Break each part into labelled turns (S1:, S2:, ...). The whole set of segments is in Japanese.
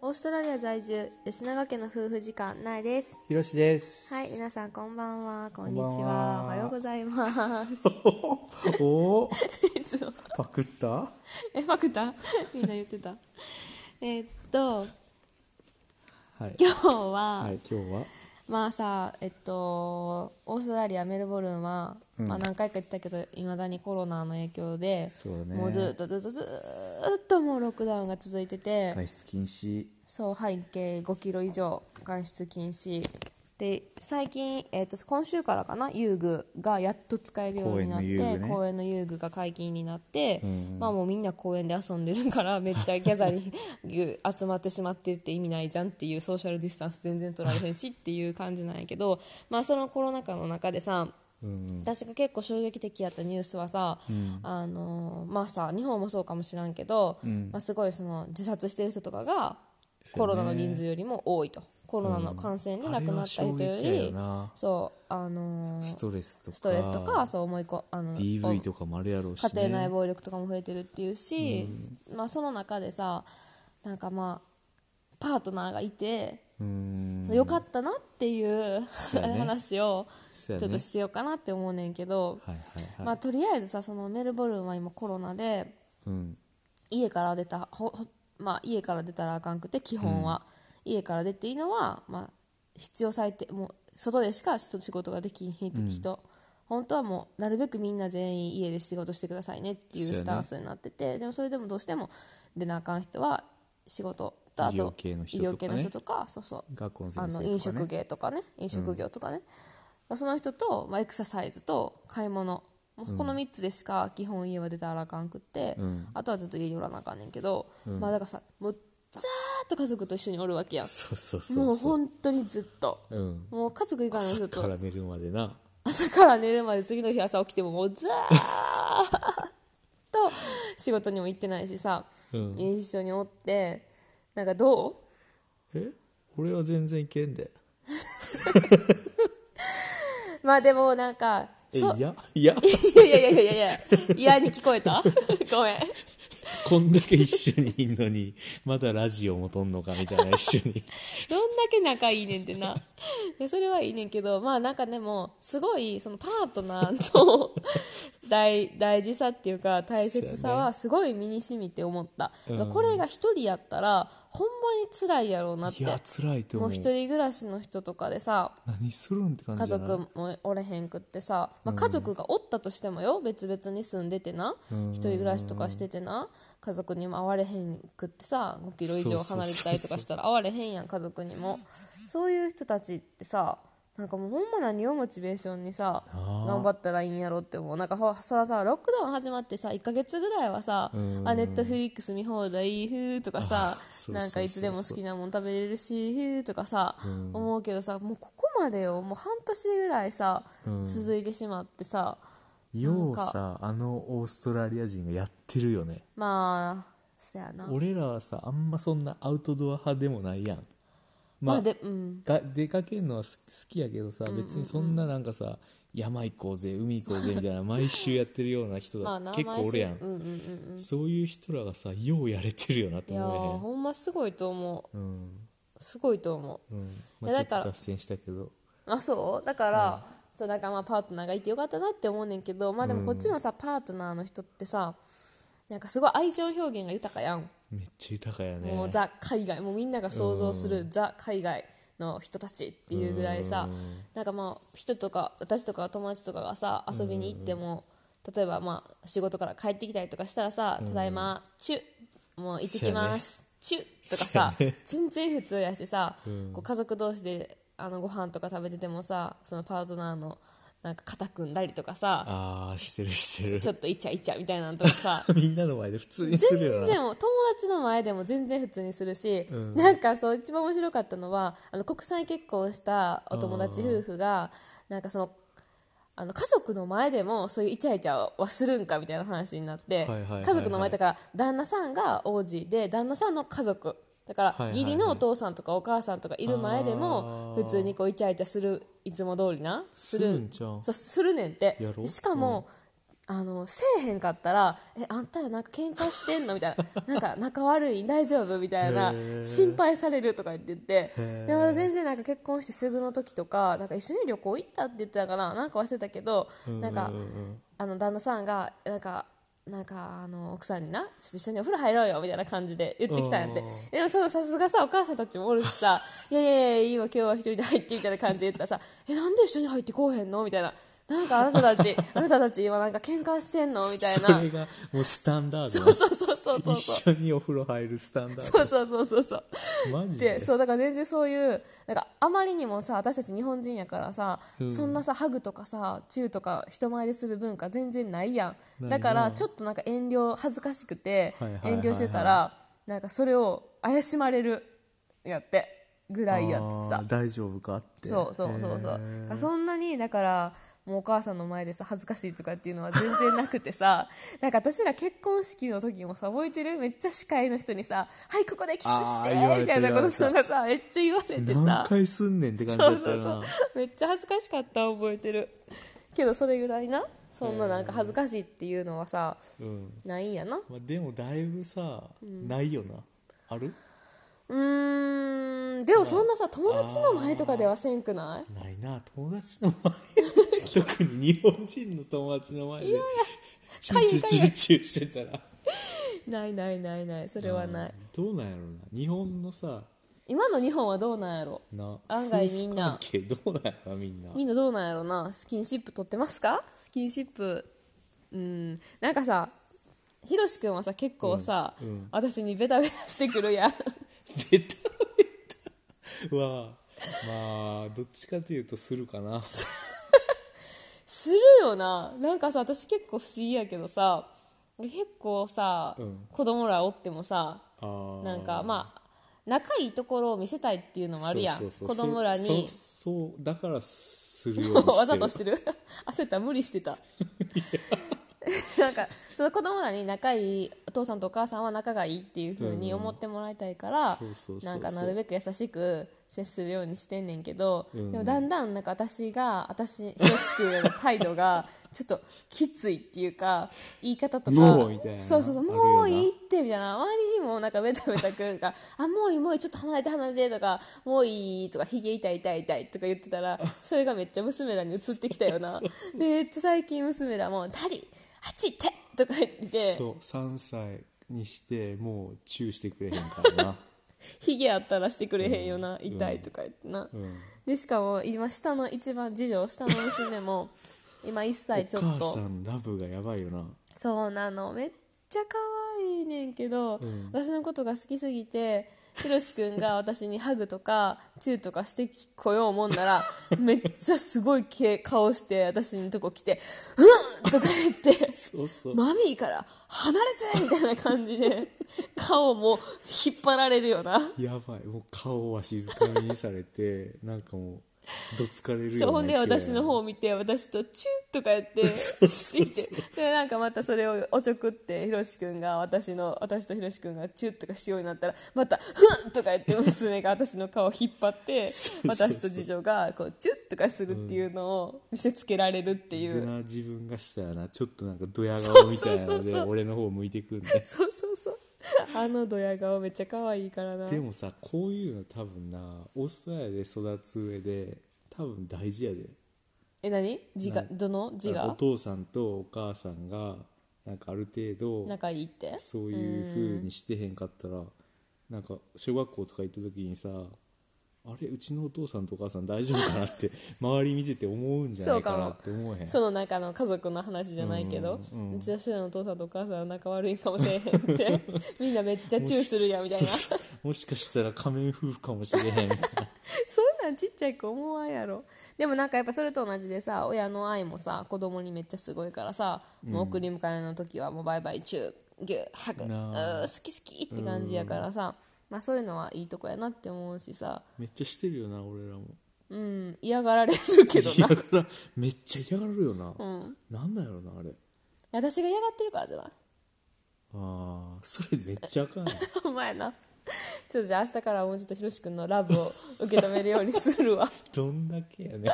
S1: オーストラリア在住吉永家の夫婦時間ないです
S2: ひろしです。
S1: はい皆さんこんばんはこんにちは
S2: こんばんは
S1: おはようございます
S2: おお、
S1: いつも
S2: パクった。
S1: えパク タみんな言ってたえっと
S2: はい。
S1: 今日は、
S2: はい、今日は。
S1: まあさえっとオーストラリアメルボルンは、
S2: うん
S1: まあ、何回か言ったけどいまだにコロナの影響で
S2: そうだね
S1: もうずっとずっとずっともうロックダウンが続いてて、
S2: 外出禁止。
S1: そう半径5キロ以上外出禁止で最近、えっと今週からかな遊具がやっと使えるようになって
S2: 公園の遊具ね
S1: 公園の遊具が解禁になって、
S2: うん
S1: まあもうみんな公園で遊んでるからめっちゃギャザーにゆ集まってしまってるって意味ないじゃんっていうソーシャルディスタンス全然取られへんしっていう感じなんやけど、まあ、そのコロナ禍の中でさ
S2: うん。
S1: 私が結構衝撃的やったニュースはさ、あのまあさ日本もそうかもしらんけど、
S2: ん
S1: まあ、すごいその自殺してる人とかが
S2: そう
S1: コ
S2: ね
S1: ロナの人数よりも多いと、コロナの感染で亡くなった人よ
S2: あれは衝撃や
S1: り、
S2: よな
S1: そうあの
S2: ストレスとか。
S1: ストレスとかそう思いこあの
S2: D. V. とかもあるやろうし、ね。
S1: 家庭内暴力とかも増えてるっていうし、まあ、その中でさなんかまあパートナーがいて、
S2: うん。
S1: よかったなっていう
S2: そうやね
S1: 話をち
S2: そ
S1: ょ
S2: う
S1: っ
S2: やね
S1: としようかなって思うねんけど、
S2: はいはいはい。
S1: まあ、とりあえずさそのメルボルンは今コロナで
S2: うん。
S1: 家から出たほほ、まあ、家から出たらあかんくて基本は、家から出ていいのは、まあ、必要最低もう外でしか仕事ができひん人、本当はもうなるべくみんな全員家で仕事してくださいねっていう
S2: そうや
S1: ス
S2: ね
S1: タンスになってて、でもそれでもどうしても出なあかん人は仕事とあと
S2: 医療系の人
S1: 医
S2: とかね
S1: 療系の人とかそうそう
S2: 学校の先
S1: あ
S2: 生とか、
S1: の
S2: ね。
S1: 飲食芸とかね飲食業とかね、まあその人と、まあ、エクササイズと買い物もうこの3つでしか基本家は出たらあかんくって、
S2: うん
S1: あとはずっと家におらなあかんねんけど、まあだからさもうずーっと家族と一緒におるわけやん
S2: そうそうそうそう。
S1: もう本当にずっと、
S2: うん。
S1: もう家族以外の
S2: 朝
S1: 人
S2: か
S1: と
S2: ら寝るまでな。
S1: 朝から寝るまで次の日朝起きてももうずーっと 仕事にも行ってないしさ、
S2: うん
S1: 一緒におってなんかどう
S2: え、俺は全然いけんで。
S1: まあでもなんか
S2: え、
S1: そ
S2: いや、いや、
S1: いやいやいやいやいや嫌に聞こえ たごめん
S2: こんだけ一緒にいんのに、まだラジオもとんのかみたいな 一緒に。
S1: どんだけ仲いいねんってないやそれはいいねんけどまあなんかでもすごいそのパートナー の大大事さっていうか大切さはすごい身にしみて思った、
S2: うん
S1: だからこれが一人やったらほんまに辛いやろうなっ
S2: い
S1: て
S2: や、辛いと
S1: も
S2: 思
S1: う
S2: う。
S1: 一人暮らしの人とかでさ
S2: 何するんって感じ
S1: 家
S2: じゃない
S1: 族もおれへんくってさ、まあ、家族がおったとしてもよ別々に住んでてな、一人暮らしとかしててな家族にも会われへんくってさ5キロ以上離れてたりとかしたら会われへんやん家族にもそういう人たちってさなんかもうほんま何をモチベーションにさ
S2: あー
S1: 頑張ったらいいんやろって思うなんかほそらさロックダウン始まってさ1ヶ月ぐらいはさ
S2: ん
S1: あネットフリックス見放題ふーとかさ
S2: あそうそうそうそう
S1: なんかいつでも好き好きなもん食べれるしへーとかさ、思うけどさもうここまでをもう半年ぐらいさ、
S2: うん
S1: 続いてしまってさ
S2: ようさあのオーストラリア人がやってるよね
S1: まあそやな
S2: 俺らはさあんまそんなアウトドア派でもないやん
S1: ま
S2: まあ、
S1: あでうん
S2: が出かけるのは好好きやけどさ別にそんななんかさ、山行こうぜ海行こうぜみたい な毎週やってるような人
S1: ま
S2: だ
S1: あな
S2: 結構
S1: 毎週
S2: 俺や
S1: う
S2: ん、
S1: んうんうん
S2: そういう人らがさようやれてるよなって
S1: いやー
S2: 思
S1: ほんますごいと思
S2: えへんうん
S1: うすごいと思
S2: うん
S1: い
S2: ま
S1: やだ
S2: あ、ち
S1: か
S2: ょ
S1: ら
S2: っと脱線したけど
S1: うあそうだから、そうだからまあパートナーがいてよかったなって思うねんけどまあでもこっちのさ、パートナーの人ってさなんかすごい愛情表現が豊かやん
S2: めっちゃ豊かやね
S1: もうザ海外もうみんなが想像するザ海外の人たちっていうぐらいさなんかまあ人とか私とか友達とかがさ遊びに行っても例えばまあ仕事から帰ってきたりとかしたらさ「ただいまチュもう行ってきます、チュとかさ、全然普通やしさ、こう家族同士であのご飯とか食べててもさそのパートナーのなんか肩組んだりとかさ
S2: ああしてるしてる
S1: ちょっとイチャイチャみたいなのとかさ
S2: みんなの前で普通にするよな
S1: でも友達の前でも全然普通にするし、
S2: ん
S1: なんかそう一番面白かったのはあの国際結婚したお友達夫婦がなんかそのあの家族の前でもそういうイチャイチャはするんかみたいな話になって
S2: いはいはいはい
S1: 家族の前だから旦那さんが王子で旦那さんの家族だか
S2: はい
S1: ら
S2: はいはい
S1: 義理のお父さんとかお母さんとかいる前でも
S2: あー
S1: 普通にこうイチャイチャするいつも通りなする
S2: するんちゃうん
S1: そうするねんって
S2: やろ
S1: しかも、あのせえへんかったら「えあんたらなんか喧嘩してんの?」みたいな「なんか仲悪い大丈夫?」みたいな
S2: へー
S1: 心配されるとか言って言ってでも全然なんか結婚してすぐの時とかなんか一緒に旅行行ったって言ってたかななんか忘れたけどなんかあの旦那さんがなんかなんかあの奥さんになちょっと一緒にお風呂入ろうよみたいな感じで言ってきたんやって
S2: うん
S1: でもそのさすがさお母さんたちもおるしさ「いやいやいやいいわ今日は一人で入って」みたいな感じで言ったらさ「えなんで一緒に入ってこうへんの?」みたい な。なんかあなたたちあなたたち今なんか喧嘩してんのみたいな
S2: それがもうスタンダードな
S1: そうそうそうそう
S2: 一
S1: そ
S2: 緒にお風呂入るスタンダー
S1: うそうそうそうそう
S2: ドマジ
S1: で
S2: で
S1: そうだから全然そういうなんかあまりにもさ私たち日本人やからさ、そんなさハグとかさチューとか人前でする文化全然ないやん
S2: ないな
S1: だからちょっとなんか遠慮恥ずかしくて
S2: はいはいはいは
S1: 遠
S2: い
S1: 慮してたらなんかそれを怪しまれるやってぐらいやって
S2: あ
S1: さ
S2: ー大丈夫かって
S1: そうそうそうそう、
S2: へー
S1: だからそんなにだからもうお母さんの前でさ恥ずかしいとかっていうのは全然なくてさ なんか私ら結婚式の時もさ覚えてるめっちゃ司会の人にさ「はいここでキスして」
S2: あー言われて
S1: みたいなこ
S2: 言
S1: と
S2: われてた
S1: がさめっちゃ言われて
S2: 何
S1: さ
S2: 回すんねんって感じだ
S1: そ
S2: っ
S1: う
S2: た
S1: そ
S2: よ
S1: う
S2: な
S1: そうめっちゃ恥ずかしかった覚えてるけどそれぐらいなそんななんか恥ずかしいっていうのはさ
S2: うん
S1: ないんやな
S2: まあ、でもだいぶさ、ないよなある
S1: うーんでもそんなさ友達の前とかではせんくない
S2: ないな友達の 前特に日本人の友達の前でチューチューチューチューしてたら
S1: ないないないないそれはない
S2: どうなんやろうな日本のさ
S1: 今の日本はどうなんやろ
S2: な
S1: 案外みんな
S2: 夫婦関係どうなんやろなみんな
S1: みんなどうなんやろなスキンシップ取ってますかスキンシップうんなんかさひろしくんはさ結構さ、
S2: うんうん
S1: 私にベタベタしてくるや ん
S2: ベタベタはまあどっちかというとする かな
S1: するよななんかさ私結構不思議やけどさ結構さ、
S2: うん
S1: 子供らおってもさ
S2: あー
S1: なんかまあ仲いいところを見せたいっていうのもあるやん
S2: そうそうそ
S1: 子
S2: う
S1: 供らに
S2: そそうだからするようにして る
S1: わざとしてる焦った無理してたなんかその子供らに仲いいお父さんとお母さんは仲がいいっていう風に思ってもらいたいから、
S2: そうそうそうそう
S1: なんかなるべく優しく接するようにしてんねんけど、
S2: ん
S1: でもだんだんなんか私が私等しくの態度がちょっときついっていうか言い方とか
S2: もうみたいな
S1: そうそうそう
S2: あるよな
S1: もういいってみたいなあまりにもなんかベタベタくる から「あもういいもういいちょっと離れて離れて」とか「もういい」とか「ひげ痛い痛い痛い」とか言ってたらそれがめっちゃ娘らに移ってきたよなでめっちゃ最近娘らも「ダディあっち行って」とか言って
S2: そう3歳にしてもうチューしてくれへんか らな
S1: ひげあったらしてくれへんよな痛いとか言ってな、
S2: ん
S1: でしかも今下の一番次女下の娘も今1歳ちょ
S2: お
S1: っ
S2: 母
S1: と
S2: さんラブがやばいよな
S1: そうなのめっちゃ可愛いねんけど、私のことが好きすぎてひろしくんが私にハグとかチューとかしてこようもんならめっちゃすごいけ顔して私のとこ来て「うん!」とか言って
S2: そうそう、
S1: マミーから離れてみたいな感じで顔も引っ張られるよな。
S2: やばいもう顔は静かにされてなんかもうどつかれる
S1: そ
S2: よ
S1: う
S2: うな
S1: ほんで私の方を見て私とチュッとかやって
S2: そうそう
S1: してきてでなんかまたそれをおちょくってひろしくんが私の私とひろしくんがチュッとかしようになったらまた「ふん!」とかやって娘が私の顔を引っ張って
S2: そうそうそう
S1: 私と次女がこうチュッとかするっていうのを見せつけられるってい
S2: で
S1: う
S2: な自分がしたらなちょっとなんかドヤ顔みたいな
S1: そうそうそ
S2: の
S1: う
S2: で
S1: そう
S2: 俺の方向いてくるんだよ
S1: そうそうそうあのドヤ顔めっちゃ可愛いからな
S2: でもさこういうの多分なオーストラリアで育つ上で多分大事やで
S1: え何字がどの字
S2: なんかお
S1: が
S2: 父さんとお母さんがなんかある程度
S1: 仲いいって
S2: そういう風にしてへんかったらなんか小学校とか行った時にさあれうちのお父さんとお母さん大丈夫かなって 周り見てて思うんじゃないかなって思えへん
S1: その中の家族の話じゃないけど、うちののお父さんとお母さんは仲悪いかもしれへんって みんなめっちゃチューするやんみたいなそ
S2: そうそうもしかしたら仮面夫婦かもしれへんみたいな
S1: んなんちっちゃい子思わんやろでもなんかやっぱそれと同じでさ親の愛もさ子供にめっちゃすごいからさ、もう送り迎えの時はもうバイバイチューギューハグう
S2: なあ
S1: ー好き好きって感じやからさ、まあそういうのはいいとこやなって思うしさ
S2: めっちゃしてるよな俺らも
S1: うん嫌がられるけど
S2: 嫌
S1: な
S2: がらめっちゃ嫌がるよな、
S1: ん
S2: なんだろうなあれ
S1: 私が嫌がってるからじゃない
S2: ああそれめっちゃあかんね
S1: お前なちょっとじゃあ明日からもうちょっとひろしくんのラブを受け止めるようにするわ
S2: どんだけやねん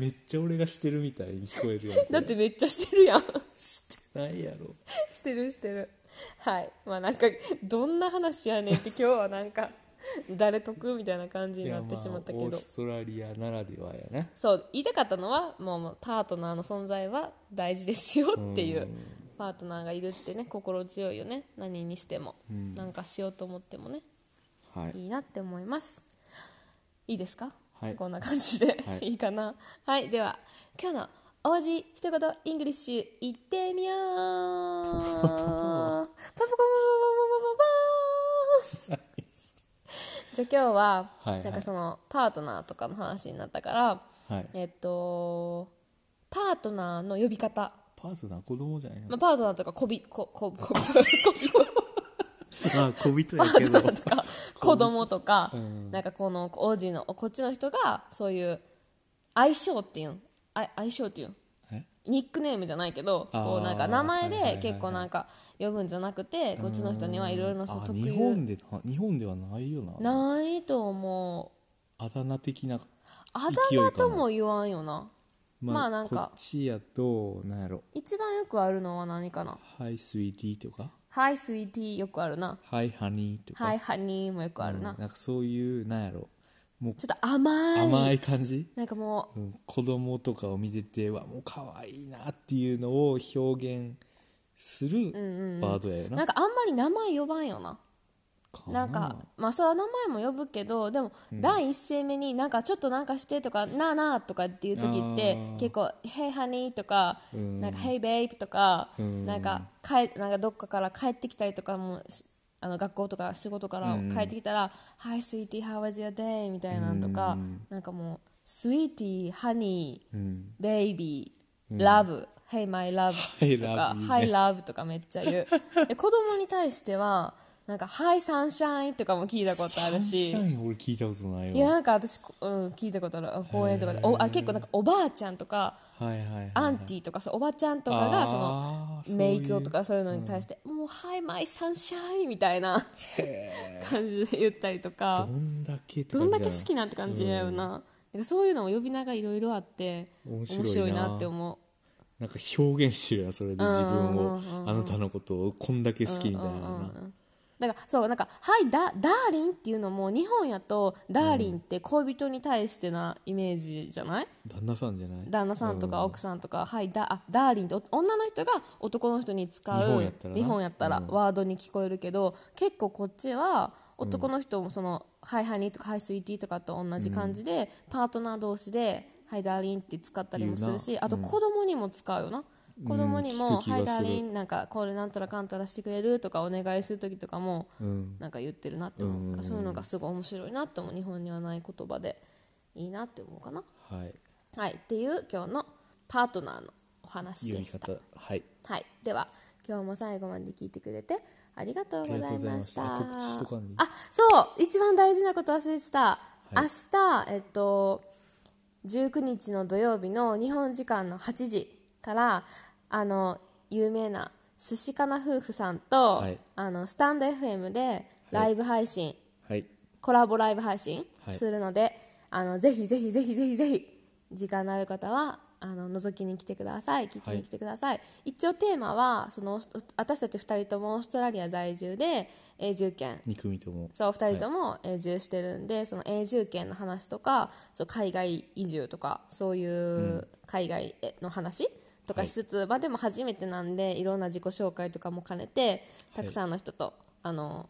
S2: めっちゃ俺がしてるみたいに聞こえるやんこれ
S1: だってめっちゃしてるやん
S2: してないやろ
S1: してるしてるはいまあなんかどんな話やねんって今日はなんか誰得みたいな感じになってしまったけ
S2: いや
S1: ど
S2: あオーストラリアならではやな
S1: そう言いたかったのはもうもうパートナーの存在は大事ですよっていうパートナーがいるってね心強いよね何にしても、なんかしようと思ってもね
S2: はい
S1: いいなって思いますいいですか、
S2: はい
S1: こんな感じで、
S2: はい
S1: い、いかなはいでは今日の王子一言イングリッシュいってみようパパコンパパパパパパパーンじゃあ今日は、
S2: はいはい
S1: なんかそのパートナーとかの話になったから、
S2: はい
S1: えっとパートナーの呼び方、
S2: パートナー子供じゃない
S1: ま
S2: の
S1: あ、パートナーとかこび こここここ
S2: まあ小 人や
S1: パー
S2: け
S1: トナ
S2: ど
S1: ーとか子供とか、なんかこの王子のこっちの人がそういう相性っていうんあ相性っていうん
S2: え
S1: ニックネームじゃないけど
S2: あー
S1: こうなんか名前
S2: はいはいはい
S1: で
S2: はい
S1: 結構なんか呼ぶんじゃなくてこっちの人にはいろいろな人
S2: あ
S1: 特
S2: 日
S1: 有
S2: 本でな日本ではないよな
S1: ないと思う
S2: あだ名的な
S1: あ
S2: 勢い
S1: だ名
S2: かな
S1: とも言わんよなまあなん
S2: こ
S1: か
S2: っちやとなんやろ
S1: 一番よくあるのは何かな
S2: 「Hi sweetie」とか
S1: 「はいスイーティー」よくあるな
S2: 「Hi honey」
S1: 「
S2: とか
S1: はいハニー」もよくあるな、
S2: うんなんかそういうなんやろもう
S1: ちょっと甘い
S2: 甘い感じ
S1: なんかもう
S2: うん子供とかを見ててうわもう可愛いなっていうのを表現するワードやよ
S1: な
S2: なん
S1: かあんまり名前呼ばんよな
S2: か
S1: なんかまあそれは名前も呼ぶけどでも第一声目になんかちょっとなんかしてとかなあなあとかっていう時って
S2: あー
S1: 結構「Hey honey」とか「
S2: うん
S1: なんか Hey babe」とか
S2: うん
S1: なんか帰なんかどっかから帰ってきたりとかもしあの学校とか仕事から帰ってきたら「Hi sweetie how was your day」みたいなんとかなんかもう「Sweetie honey
S2: うん、
S1: baby love hey my love
S2: Hey,
S1: とか
S2: love いいね
S1: hi love とかめっちゃ言う で子供に対してはなんか hi sunshine とかも聞いたことあるし
S2: サンシャイン俺聞いたことないわ
S1: いやなんか私こうん聞いたことある公園とかでおあ結構なんかおばあちゃんとか
S2: はいはいはい
S1: アンティとかそうおばちゃんとかがその
S2: あーそういう
S1: メイクとかそういうのに対してもう hi my sunshine みたいな 感じで言ったりとか
S2: どんだけって
S1: ど
S2: 感
S1: ん
S2: じ
S1: だ
S2: だ
S1: け好きなんて感じだよな,、なんかそういうのも呼び名がいろいろあって面
S2: 面
S1: 白
S2: 白いない
S1: なって思う
S2: なんか表現してるやんそれで自分をあなたのことをこんだけ好きみたいなな
S1: だからそうなんか「はいだダーリン」っていうのも日本やと「ダーリン」って恋人に対してなイメージじゃない、
S2: 旦那さんじゃない
S1: 旦那さんとか奥さんとか「はいだあダーリン」ってお女の人が男の人に使う
S2: 日本やったらな
S1: 日本やったらワードに聞こえるけど、結構こっちは男の人もその「はいはいに」とか「はいスイーティー」とかと同じ感じで、パートナー同士で「はいダーリン」って使ったりもする
S2: 言
S1: し
S2: うな
S1: あと子供にも使うよな。子供に
S2: うん
S1: も「
S2: 聞く気が
S1: はい
S2: する
S1: ダーリン」なんかこれなんたらかんたらしてくれるとかお願いする時とかも
S2: うん
S1: なんか言ってるなって思うかそういうのがすごい面白いなって思う日本にはない言葉でいいなって思うかな。
S2: はい
S1: はい、っていう今日のパートナーのお話
S2: 読
S1: で
S2: み
S1: した。
S2: 方はい
S1: はい、では今日も最後まで聞いてくれてありがとうございました。
S2: ありがとうございました告知しとかんでいい
S1: あ、そう、一番大事なこと忘れてた。
S2: い
S1: 明日えっと19日の土曜日の日本時間の8時からあの有名な寿司かな夫婦さんと、
S2: はい
S1: あのスタンド FM でライブ配信、
S2: はい
S1: コラボライブ配信
S2: はい
S1: するので、あのぜひぜひぜひぜひぜひ時間のある方はあの覗きに来てください聞きに来てください、一応テーマはその私たち2人ともオーストラリア在住で永住権
S2: 二組とも
S1: そう2人とも永住してるんで、その永住権の話とかそう海外移住とかそういう海外への話とかしつつ、まあ、でも初めてなんでいろんな自己紹介とかも兼ねてたくさんの人と、あの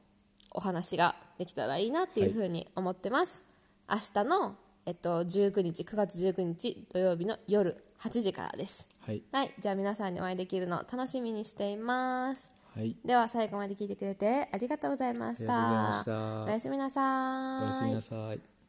S1: お話ができたらいいなっていうふうに思ってます、明日の、えっと、19日9月19日土曜日の夜8時からです
S2: はい
S1: はいじゃあ皆さんにお会いできるのを楽しみにしています
S2: はい
S1: では最後まで聞いてくれてありがとうございました
S2: ありがとうございました
S1: おやすみなさー
S2: おやすみなさい